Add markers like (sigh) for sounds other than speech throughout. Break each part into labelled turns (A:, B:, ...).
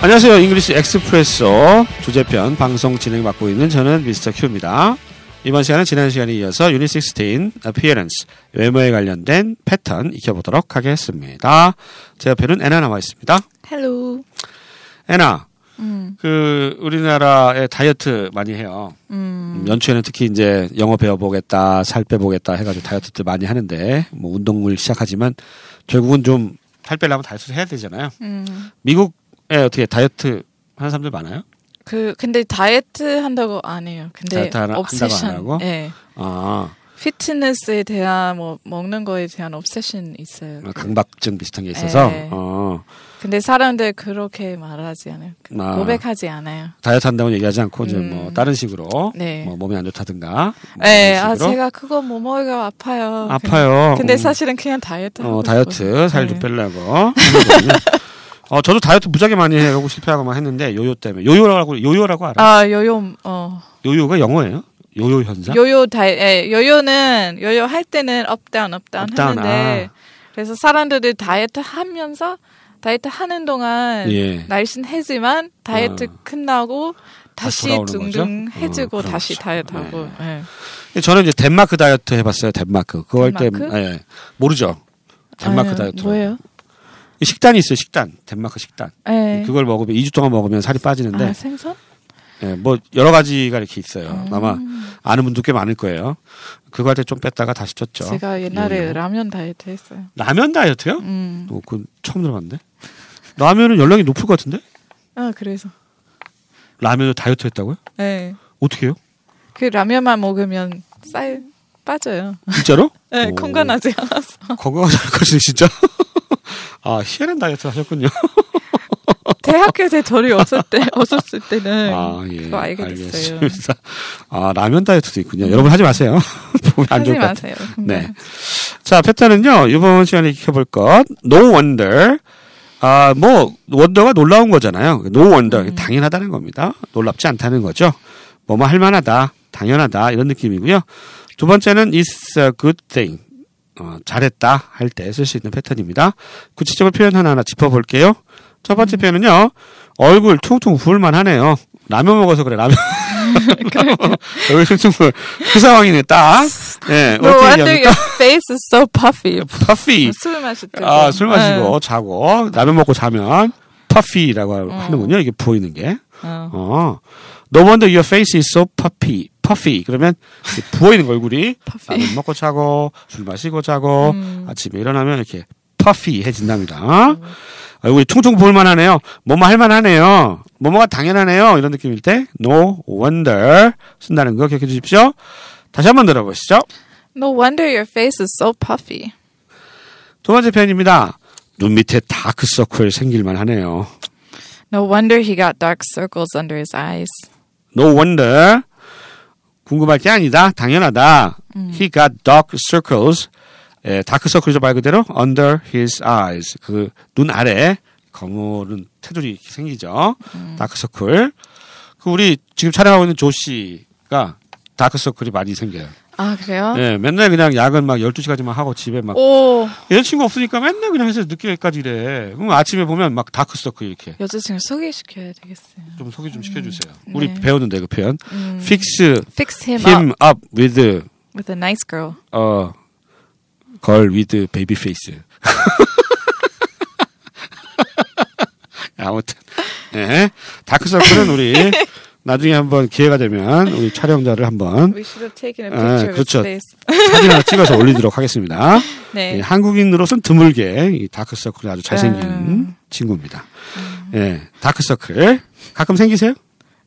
A: 안녕하세요. 잉글리시 엑스프레소 주제편 방송 진행 맡고 있는 저는 미스터 큐입니다. 이번 시간은 지난 시간에 이어서 유닛 16 appearance 외모에 관련된 패턴 익혀보도록 하겠습니다. 제 옆에는 애나 나와 있습니다.
B: 헬로.
A: 애나,
B: 음,
A: 그 우리나라에 다이어트 많이 해요.
B: 음,
A: 음, 연초에는 특히 이제 영어 배워보겠다, 살 빼보겠다 해가지고 다이어트들 많이 하는데 뭐 운동을 시작하지만 결국은 좀 살 빼려면 다이어트를 해야 되잖아요.
B: 음.
A: 미국에 어떻게 다이어트 하는 사람들 많아요?
B: 그 근데 다이어트 한다고 안 해요. 근데
A: 다이어트 하나- 한다고 안
B: obsession,
A: 하고?
B: 예,
A: 아,
B: 피트니스에 대한 뭐 먹는 거에 대한 obsession 있어요.
A: 어, 강박증 비슷한 게 있어서
B: 네.
A: 어,
B: 근데 사람들 그렇게 말하지 않아요. 그-
A: 아.
B: 고백하지 않아요.
A: 다이어트 한다고 얘기하지 않고 이제 뭐
B: 음.
A: 다른 식으로
B: 네.
A: 뭐 몸이 안 좋다든가 뭐
B: 예,
A: 그런
B: 아
A: 식으로
B: 제가 그거 몸무게가 아파요.
A: 아파요.
B: 그- 근데
A: 음,
B: 사실은 그냥 다이어트.
A: 어,
B: 하고
A: 다이어트
B: 싶어요.
A: 살 좀
B: 예.
A: 빼려고 하는 거거든요. 어 저도 다이어트 무지하게 많이 해가고 실패하고만 했는데 요요 때문에 요요라고 요요라고 알아? 요
B: 아 요요 어
A: 요요가 영어예요? 요요 현상?
B: 요요 다이 예, 요요는 요요 할 때는 업다운 업다운
A: 업다운, 아.
B: 하는데 그래서 사람들이 다이어트 하면서 다이어트 하는 동안
A: 예.
B: 날씬해지만 다이어트
A: 아.
B: 끝나고 다시
A: 돌아오는
B: 둥둥해지고
A: 거죠? 네. 어,
B: 다시
A: 그런
B: 다이어트
A: 거죠.
B: 하고 예.
A: 근데 저는 이제 덴마크 다이어트 해봤어요. 덴마크 그거
B: 덴마크?
A: 할때 예, 모르죠. 덴마크
B: 아유,
A: 다이어트
B: 뭐예요?
A: 식단이 있어요. 식단 덴마크 식단
B: 예.
A: 그걸 먹으면 2주 동안 먹으면 살이 빠지는데
B: 아, 생선?
A: 예, 뭐 여러 가지가 이렇게 있어요.
B: 음.
A: 아마 아는 분도 꽤 많을 거예요. 그거 할 때 좀 뺐다가 다시 쪘죠.
B: 제가 옛날에
A: 그렇죠. 요요.
B: 라면 다이어트 했어요.
A: 라면 다이어트요?
B: 음.
A: 어, 그건 처음 들어봤는데. 라면은 연령이 높을 것 같은데?
B: 아, 그래서.
A: 라면을 다이어트 했다고요?
B: 예.
A: 어떻게 해요?
B: 그 라면만 먹으면 쌀 빠져요. (laughs)
A: 진짜로?
B: 예,
A: 오.
B: 건강하지 않아서.
A: 건강하지 않을 것이 진짜. (laughs) 아, 희한한 다이어트 하셨군요.
B: 대학교 때 저리 없을 때
A: (laughs)
B: 없었을 때는
A: 아, 예.
B: 네, 그거 알게 됐어요.
A: 알겠습니다. 아, 라면 다이어트도 있군요. 여러분 하지 마세요. (laughs) 보면 안
B: 하지
A: 좋을 것 같아요.
B: 마세요. (laughs)
A: 네. (laughs) 자, 패턴은요, 이번 시간에 익혀볼 것, no wonder. 아, 뭐, wonder가 놀라운 거잖아요. no wonder. 당연하다는 겁니다. 놀랍지 않다는 거죠. 뭐뭐 할만하다, 당연하다, 이런 느낌이고요. 두 번째는 it's a good thing. 어, 잘했다 할 때 쓸 수 있는 패턴입니다. 구체적으로 표현 하나하나 짚어볼게요. 첫 번째 표현은요, 얼굴 퉁퉁 부을만 하네요. 라면 먹어서 그래, 라면. 얼굴 퉁퉁 부을. 그 상황이네, 딱. 예,
B: No
A: 어떻게
B: wonder
A: 얘기합니까?
B: your face is so
A: (laughs)
B: puffy.
A: 퍼피.
B: 술 마실 때.
A: 아, 술 마시고 자고 라면 먹고 자면 puffy라고 하는군요. 이게 보이는 게.
B: 어.
A: 어. No wonder your face is so puffy. puffy. 그러면 이렇게 부어 있는 얼굴이
B: puffy.
A: 라면 먹고 자고 술 마시고 자고 아침에 일어나면 이렇게 puffy해진답니다. 얼굴이 퉁퉁 부을 만하네요. 뭐뭐 할 만하네요. 뭐뭐가 당연하네요. 이런 느낌일 때 no wonder 쓴다는 거 기억해 주십시오. 다시 한번 들어보시죠.
B: No wonder your face is so puffy.
A: 두 번째 표현입니다. 눈 밑에 다크서클 생길만 하네요.
B: No wonder he got dark circles under his eyes.
A: No wonder. 궁금할 게 아니다. 당연하다.
B: 음.
A: He got dark circles. 예, 다크서클이죠. 말 그대로. Under his eyes. 그 눈 아래 거무른 테두리 이렇게 생기죠.
B: 음.
A: 다크서클. 그 우리 지금 촬영하고 있는 조 씨가 다크서클이 많이 생겨요.
B: 아 그래요?
A: 예, 맨날 그냥 야근 막 12시까지만 하고 집에
B: 어?
A: 막
B: 오
A: 여자친구 없으니까 맨날 그냥 해서 늦게까지 이래. 그럼 아침에 보면 막 다크서클 이렇게.
B: 여자친구 소개시켜야 되겠어요.
A: 좀 소개 좀 시켜주세요.
B: 음,
A: 우리
B: 네.
A: 배우는데 그 표현.
B: 음.
A: Fix
B: Fix him,
A: him
B: up
A: up with
B: with a nice girl.
A: 어 girl with baby face. (laughs) 아무튼 예. 다크서클은
B: (laughs)
A: 우리 나중에 한번 기회가 되면 우리 촬영자를 한번
B: We should have taken a
A: 아,
B: picture of his
A: 그렇죠.
B: face.
A: 사진 하나 찍어서 올리도록 하겠습니다.
B: 네.
A: 예, 한국인으로선 드물게 이 다크서클이 아주 잘생긴
B: 음.
A: 친구입니다. 예, 다크서클 가끔 생기세요?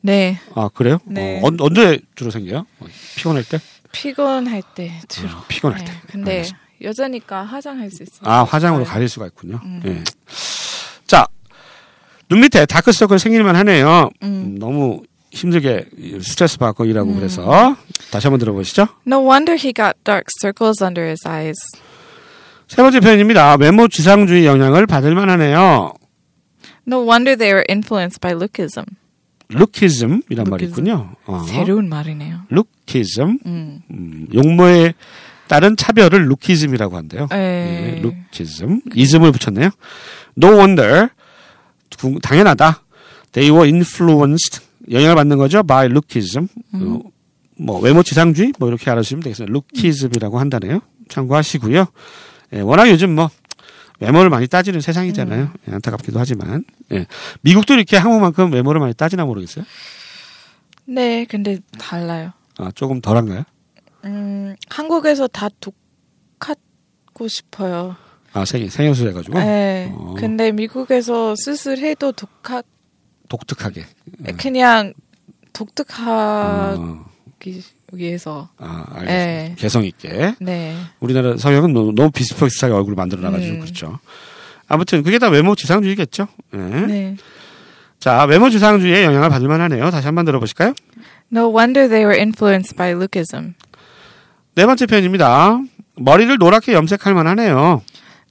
B: 네.
A: 아 그래요?
B: 네.
A: 어, 언- 언제 주로 생겨요? 어, 피곤할 때?
B: 피곤할 때 주로.
A: 어, 피곤할 때.
B: 네. 근데
A: 알겠습니다.
B: 여자니까 화장할 수 있어요.
A: 아 화장으로
B: 네.
A: 가릴 수가 있군요. 예. 자, 눈 밑에 다크서클 생길만 하네요. 음, 너무 힘들게 스트레스 받고 일하고 그래서 다시 한번 들어보시죠.
B: No wonder he got dark circles under his eyes.
A: 세 번째 표현입니다. 외모 지상주의 영향을 받을 만하네요.
B: No wonder they were influenced by lookism.
A: 루키즘이란 말이
B: 루키즘.
A: 있군요. 어.
B: 새로운 말이네요.
A: 루키즘.
B: 음.
A: 음, 용모에 따른 차별을 루키즘이라고 한대요.
B: 에.
A: 예, 루키즘. 이즘을 붙였네요. No wonder. 구- 당연하다. They were influenced 영향을 받는 거죠. by lookism. 어, 뭐 외모 지상주의 뭐 이렇게 알아주시면 되겠습니다. lookism이라고 한다네요. 참고하시고요. 예, 워낙 요즘 뭐 외모를 많이 따지는 세상이잖아요. 예, 안타깝기도 하지만 예. 미국도 이렇게 한국만큼 외모를 많이 따지나 모르겠어요.
B: 네, 근데 달라요.
A: 아, 조금 덜한가요?
B: 음, 한국에서 다 독하고 싶어요.
A: 아 생일 생일수 해가지고
B: 네.
A: 어.
B: 근데 미국에서 쓸쓸해도 독하
A: 독특하게.
B: 그냥 독특하기
A: 어,
B: 위해서.
A: 아 알겠습니다.
B: 아, 네.
A: 개성 있게.
B: 네.
A: 우리나라 서양은 너무, 너무 비슷비슷하게 얼굴을 만들어 놔가지고
B: 음.
A: 그렇죠. 아무튼 그게 다 외모 지상주의겠죠. 예.
B: 네.
A: 자 외모 지상주의에 영향을 받을 만하네요. 다시 한번 들어보실까요?
B: No wonder they were influenced by Lookism.
A: 네 번째 표현입니다. 머리를 노랗게 염색할 만하네요.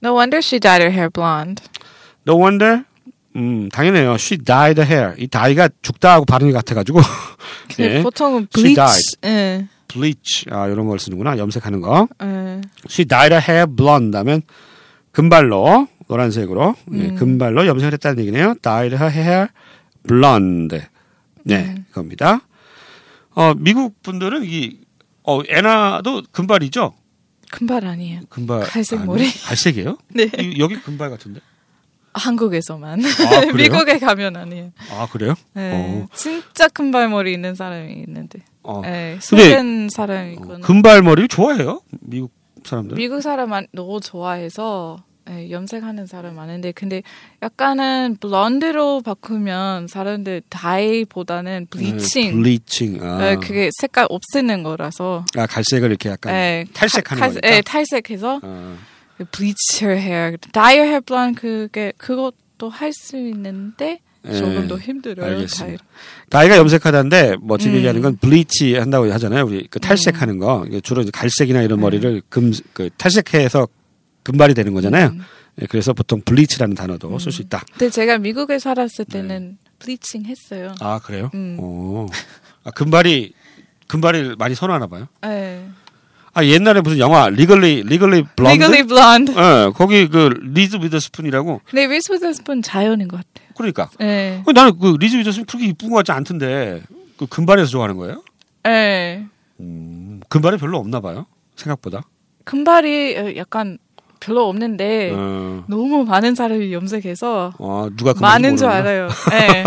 B: No wonder she dyed her hair blonde.
A: No wonder. 음 당연해요. She dyed her hair. 이 dye가 죽다하고 발음이 같아가지고 (laughs)
B: 근데
A: 예.
B: 보통은
A: She
B: bleach. 예.
A: bleach 아 이런 걸 쓰는구나 염색하는 거.
B: 예.
A: She dyed her hair blonde 하면 금발로 노란색으로 예,
B: 음.
A: 금발로 염색을 했다는 얘기네요. dyed her hair blonde. 네,
B: 음.
A: 겁니다. 어, 미국 분들은 이 어, 애나도 금발이죠?
B: 금발 아니에요.
A: 금발.
B: 갈색
A: 아니요?
B: 머리.
A: 갈색이에요?
B: (laughs) 네.
A: 이- 여기 금발 같은데.
B: 한국에서만. (laughs)
A: 아, 그래요?
B: 미국에 가면 아니에요.
A: 아, 그래요?
B: 예. 진짜 금발 머리 있는 사람이 있는데.
A: 어. 어. 근데-
B: 예.
A: 어,
B: 속은 사람이 있거나.
A: 금발 머리를 좋아해요? 미국 사람들.
B: 미국 사람 안- 너무 좋아해서 예, 염색하는 사람 많은데 근데 약간은 블론드로 바꾸면 사람들 다이보다는 블리칭
A: 네, 블리칭. 아.
B: 예, 그게 색깔 없애는 거라서
A: 아, 갈색을 이렇게 약간
B: 예,
A: 탈색하는
B: 탈-
A: 거니까.
B: 예, 탈색해서
A: 아.
B: bleach her hair, dye her hair blonde 그게 그것도 할 수 있는데
A: 예,
B: 조금 더 힘들어요.
A: 알겠습니다. 나이가 염색하다는데 뭐 지금
B: 음.
A: 얘기하는 건 블리치 한다고 하잖아요. 우리 그 탈색하는 거 이게 주로 이제 갈색이나 이런 머리를 금 그 탈색해서 금발이 되는 거잖아요.
B: 음.
A: 예, 그래서 보통 블리치라는 단어도 쓸 수 있다.
B: 근데 제가 미국에 살았을
A: 네.
B: 때는 블리칭 했어요.
A: 아 그래요?
B: 음.
A: 오, 아, 금발이 금발을 많이 선호하나 봐요.
B: 예.
A: 아 옛날에 무슨 영화 리글리 리글리 블론드,
B: legally blonde.
A: 예, 거기 그 리즈 위더스푼이라고
B: 근데 리스 위더스푼 자연인 것 같아요.
A: 그러니까
B: 예.
A: 어, 나는 그 리즈 위더스푼 그렇게 이쁜 것 같지 않던데 그 금발에서 좋아하는 거예요?
B: 예.
A: 음, 금발이 별로 없나 봐요. 생각보다.
B: 금발이 어, 약간 별로 없는데
A: 어.
B: 너무 많은 사람이 염색해서
A: 아, 누가 금발
B: 많은 줄
A: 모르나?
B: 알아요.
A: (laughs)
B: 예.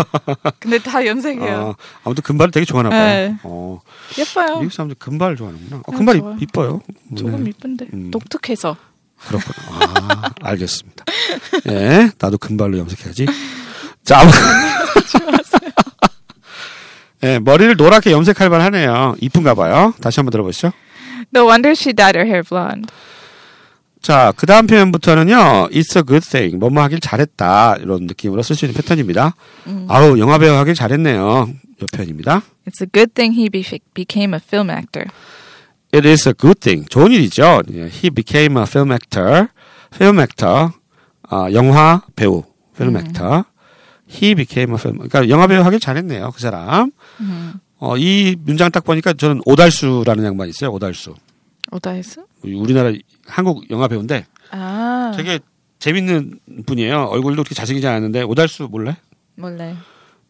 B: 근데 다 염색해요.
A: 아, 아무튼 금발을 되게 좋아하나 봐요.
B: 네.
A: 어,
B: 예뻐요.
A: 미국 사람들 금발 좋아하는구나. 어,
B: 아,
A: 금발 이
B: 좋아요.
A: 이뻐요.
B: 조금
A: 네,
B: 이쁜데
A: 음.
B: 독특해서.
A: 그렇구나. 아, 알겠습니다. 예, 나도 금발로 염색해야지. 자,
B: (laughs)
A: 아무- 예, 머리를 노랗게 염색할 만하네요. 이쁜가 봐요. 다시 한번 들어보시죠.
B: No wonder she dyed her hair blonde.
A: 자, 그 다음 표현부터는요, it's a good thing. 뭐뭐 하길 잘했다. 이런 느낌으로 쓸 수 있는 패턴입니다.
B: 음.
A: 아우, 영화배우 하길 잘했네요. 이 표현입니다.
B: It's a good thing he be- became a film actor.
A: It is a good thing. 좋은 일이죠. 예, He became a film actor. film actor. 아, 영화 배우. film
B: 음.
A: actor. He became a film. 그러니까 영화 배우 하길 잘했네요. 그 사람.
B: 음.
A: 어, 이 문장 딱 보니까 저는 오달수라는 양반 있어요. 오달수.
B: 오다이스?
A: 우리- 우리나라 한국 영화 배우인데
B: 아
A: 되게 재밌는 분이에요. 얼굴도 그렇게 잘생기지 않았는데 오달수 몰래?
B: 몰래.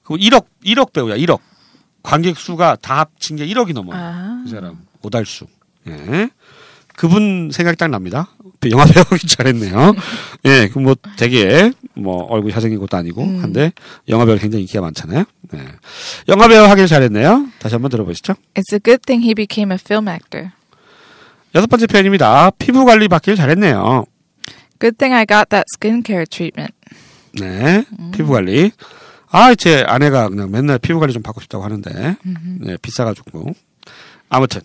A: 그 1억 1억 배우야. 1억. 관객 수가 다 합친 게 1억이 넘어요.
B: 아
A: 그 사람 오달수. 예. 그분 생각이 딱 납니다. 그 영화 (laughs) 배우기 잘했네요. 예, 그 뭐 되게 뭐 얼굴 잘생긴 것도 아니고
B: 음.
A: 한데 영화 배우 굉장히 인기가 많잖아요. 예. 영화 배우 하길 잘했네요. 다시 한번 들어보시죠.
B: It's a good thing he became a film actor.
A: 여섯 번째 표현입니다. 피부 관리 받길 잘했네요.
B: Good thing I got that skincare treatment.
A: 네, 피부 관리. 아, 제 아내가 그냥 맨날 피부 관리 좀 받고 싶다고 하는데, 네, 비싸가지고. 아무튼,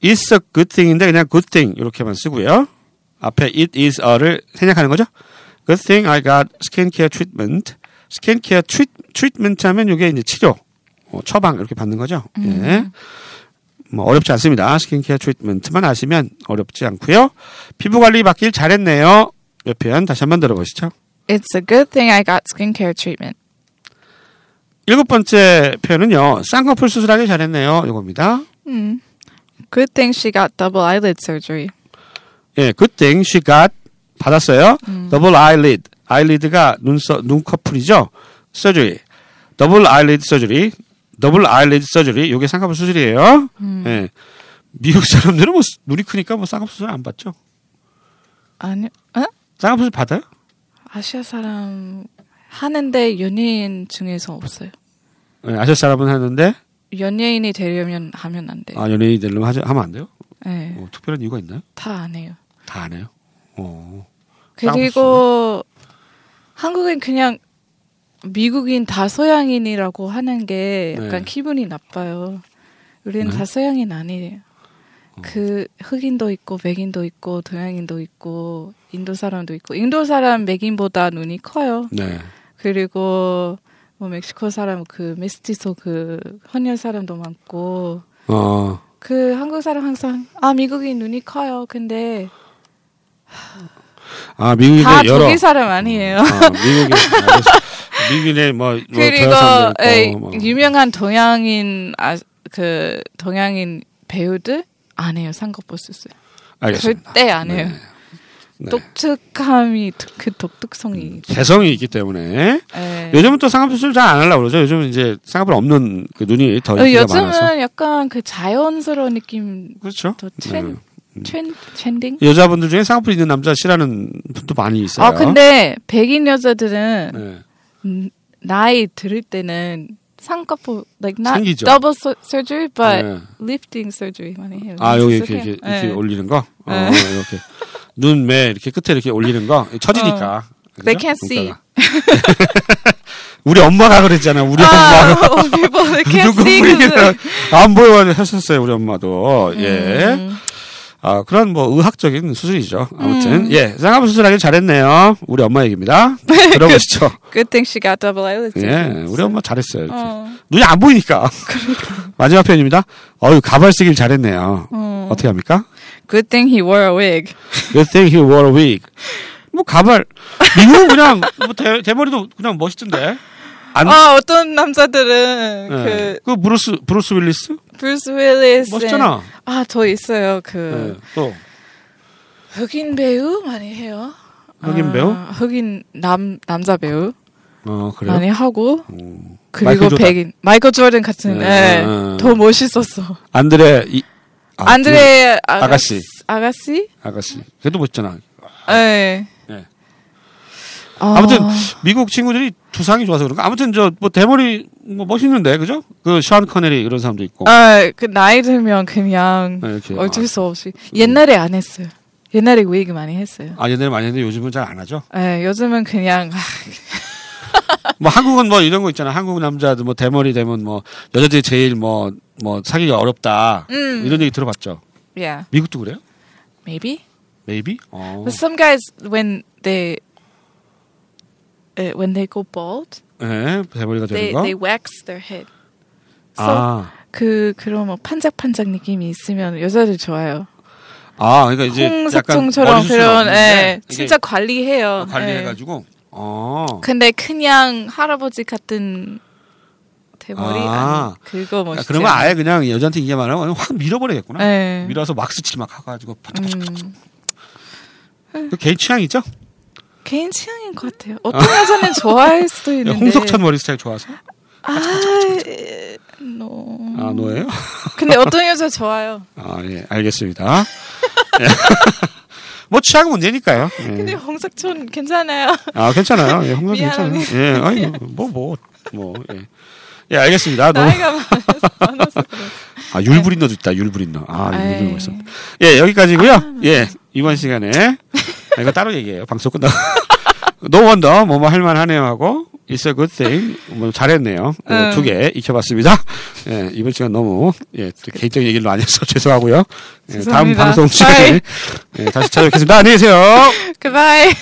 A: it's a good thing인데 그냥 good thing 이렇게만 쓰고요. 앞에 it is a를 생략하는 거죠. Good thing I got skincare treatment. skincare treat, treatment 하면 이게 이제 치료, 어, 처방 이렇게 받는 거죠. 예. 뭐 어렵지 않습니다. 스킨케어 트리트먼트만 아시면 어렵지 않고요. 피부 관리 받길 잘했네요. 몇 표현 다시 한번 들어보시죠.
B: It's a good thing I got skincare treatment.
A: 일곱 번째 표현은요. 쌍꺼풀 수술하길 잘했네요. 이겁니다.
B: Mm. Good thing she got double eyelid surgery.
A: 예, good thing she got
B: 음.
A: 받았어요. 더블 아이리드. 아이리드가 눈썹 눈꺼풀이죠. surgery. 더블 아이리드 서저리, 더블 아이리드 서저리, 요게 쌍꺼풀 수술이에요.
B: 음.
A: 예. 미국 사람들은 뭐 눈이 크니까 뭐 쌍꺼풀 수술 안 받죠.
B: 아니, 어?
A: 쌍꺼풀 수술 받아요?
B: 아시아 사람 하는데 연예인 중에서 없어요.
A: 예, 아시아 사람은 하는데
B: 연예인이 되려면 하면 안 돼. 요
A: 아 연예인 되려면 하지- 하면 안 돼요?
B: 네,
A: 어, 특별한 이유가 있나요?
B: 다 안 해요.
A: 다 안 해요. 어.
B: 그리고 한국은 그냥 미국인 다 서양인이라고 하는 게 약간
A: 네.
B: 기분이 나빠요. 우리는
A: 네? 어.
B: 다 서양인 아니에요. 그 흑인도 있고 백인도 있고 동양인도 있고 인도 사람도 있고 인도 사람 백인보다 눈이 커요.
A: 네.
B: 그리고 뭐 멕시코 사람 그 메스티소 그 헌혈 사람도 많고
A: 어.
B: 그 한국 사람 항상 아 미국인 눈이 커요. 근데
A: 아 미국의
B: 다
A: 여러
B: 독일 사람 아니에요.
A: 아, 미국의 알겠습니다. 미국의 뭐, 뭐
B: 그리고
A: 대화상도 있고,
B: 에이,
A: 뭐.
B: 유명한 동양인 아, 그 동양인 배우들 안 해요 쌍꺼풀 수술
A: 알겠습니다.
B: 절대 안 해요
A: 네.
B: 독특함이 독- 그 독특성이
A: 개성이 있기 때문에
B: 예.
A: 요즘은 또 쌍꺼풀 수술 잘 안 하려고 그러죠. 요즘은 이제 쌍꺼풀 없는 그 눈이 더
B: 어,
A: 인기가
B: 요즘은
A: 많아서.
B: 약간 그 자연스러운 느낌
A: 그렇죠.
B: 더 트렌
A: 네.
B: 트렌 트렌딩
A: 여자분들 중에 쌍꺼풀 있는 남자 싫어하는 분도 많이 있어요.
B: 아 근데 백인 여자들은
A: 네.
B: 음, 나이 들을 때는 쌍꺼풀 like not
A: 생기죠.
B: double su- surgery but
A: 네.
B: lifting surgery 많이 해요
A: 아 여기
B: 그래서
A: 이렇게 이렇게,
B: 그냥,
A: 이렇게
B: 예.
A: 올리는 거. 어,
B: 네. 어.
A: 이렇게 눈매 이렇게 끝에 이렇게 올리는 거 처지니까.
B: They
A: 그죠?
B: can't see.
A: 눈가가. (laughs) 우리 엄마가 그랬잖아. 우리 엄마가.
B: Oh, people
A: (laughs)
B: that can't
A: 누구
B: see.
A: 보이기는 안 보여 하셨어요 우리 엄마도 예.
B: 음.
A: 아 그런 뭐 의학적인 수술이죠. 아무튼 예 쌍꺼풀 수술하길 잘했네요. 우리 엄마 얘기입니다. 들어보시죠.
B: Good thing she got double
A: (laughs)
B: eyelids.
A: 예, 우리 엄마 잘했어요. 이렇게.
B: 어.
A: 눈이 안 보이니까. (laughs) 마지막 표현입니다. 어유 가발 쓰길 잘했네요.
B: 어.
A: 어떻게 합니까?
B: Good thing he wore a wig.
A: Good thing he wore a wig. 뭐 가발 미국은 그냥 뭐 대, 대머리도 그냥 멋있던데. 안-
B: 아 어떤 남자들은
A: 예. 그 네. 브루스 브루스 윌리스
B: 그 브루스 윌리스.
A: 멋있잖아.
B: 아저 있어요 그
A: 예, 또
B: 흑인 배우 많이 해요.
A: 흑인
B: 아,
A: 배우?
B: 흑인 남 남자 배우
A: 어 그래요.
B: 많이 하고
A: 마이클
B: 그리고
A: 조던.
B: 백인 마이클 조던 같은
A: 네,
B: 예,
A: 네.
B: 더 멋있었어.
A: 안드레 이 아,
B: 안드레
A: 그 아가씨.
B: 아가씨.
A: 아가씨. 걔도 멋있잖아.
B: 예.
A: 예.
B: 아.
A: 아무튼 미국 친구들이 두상이 좋아서 그런가. 아무튼 저 뭐 대머리 뭐 멋있는데 그죠? 그션 커넬이 이런 사람도 있고.
B: 아, 그 나이 들면 그냥
A: 네, 어. 이렇게.
B: 어쩔 수 없이 옛날에 안 했어요. 옛날에 위기 많이 했어요.
A: 아 옛날에 많이 했는데 요즘은 잘 안 하죠.
B: 예, 요즘은 그냥 아,
A: 뭐 한국은 뭐 이런 거 있잖아. 한국 남자들 뭐 대머리 되면 뭐 여자들이 제일 뭐 뭐 사귀기가 어렵다.
B: 음.
A: 이런 얘기 들어봤죠.
B: yeah,
A: 미국도 그래요?
B: maybe.
A: Maybe? 어.
B: But some guys when they uh, when they go bald,
A: 네, 대머리가 되는
B: they
A: 거.
B: they wax their head. So
A: 아,
B: 그 그런 뭐 판짝판짝 느낌이 있으면 여자들 좋아요.
A: 아, 그러니까 이제 약간
B: 홍석종처럼
A: 머리숱이
B: 그런
A: 없는데
B: 예,
A: 이게 아,
B: 진짜 관리해요. 예.
A: 관리해가지고. 어.
B: 근데 그냥 할아버지 같은 대머리
A: 아.
B: 아, 니 그거 멋있죠.
A: 야, 그런 거 아예 그냥 여자한테 얘기 말하면 그냥 확 밀어버리겠구나.
B: 네.
A: 밀어서 왁스 칠막 해가지고 바짝바짝.
B: 음,
A: 그 개인 취향이죠.
B: 개인 취향인 것 같아요. 어떤 여자는 좋아할 수도
A: 야,
B: 있는데.
A: 예, 홍석천 머리 스타일 좋아서.
B: 아, 노.
A: 아 노예요?
B: 근데 어떤 여자 좋아요.
A: 아 예, 알겠습니다. 예. (laughs) 뭐 취향 문제니까요. 예.
B: 근데 홍석천 괜찮아요.
A: 아 괜찮아요. 예, 홍석 괜찮아요.
B: 미안합니다.
A: 예, 아니 뭐뭐 뭐. 뭐, 예. 예, 알겠습니다. 너무
B: 나이가 많아서 많아서 그래요.
A: 아 율부린 너도 있다. 율부린 너. 아 율부린
B: 에이.
A: 너 있어. 예, 여기까지고요.
B: 아, 네.
A: 예, 이번 시간에 아, 이거 따로 얘기해요. 방송 끝나고. (laughs) no wonder 뭐뭐 할만하네요 하고 it's a good thing 뭐 잘했네요
B: 음.
A: 두 개 익혀봤습니다. 예, 이번 시간 너무 예, 또 개인적인 얘기를 많이 해서 (laughs) 죄송하고요. 예, 다음
B: 죄송합니다.
A: 방송 시간에 예, 다시 찾아뵙겠습니다. 안녕히 계세요.
B: Goodbye.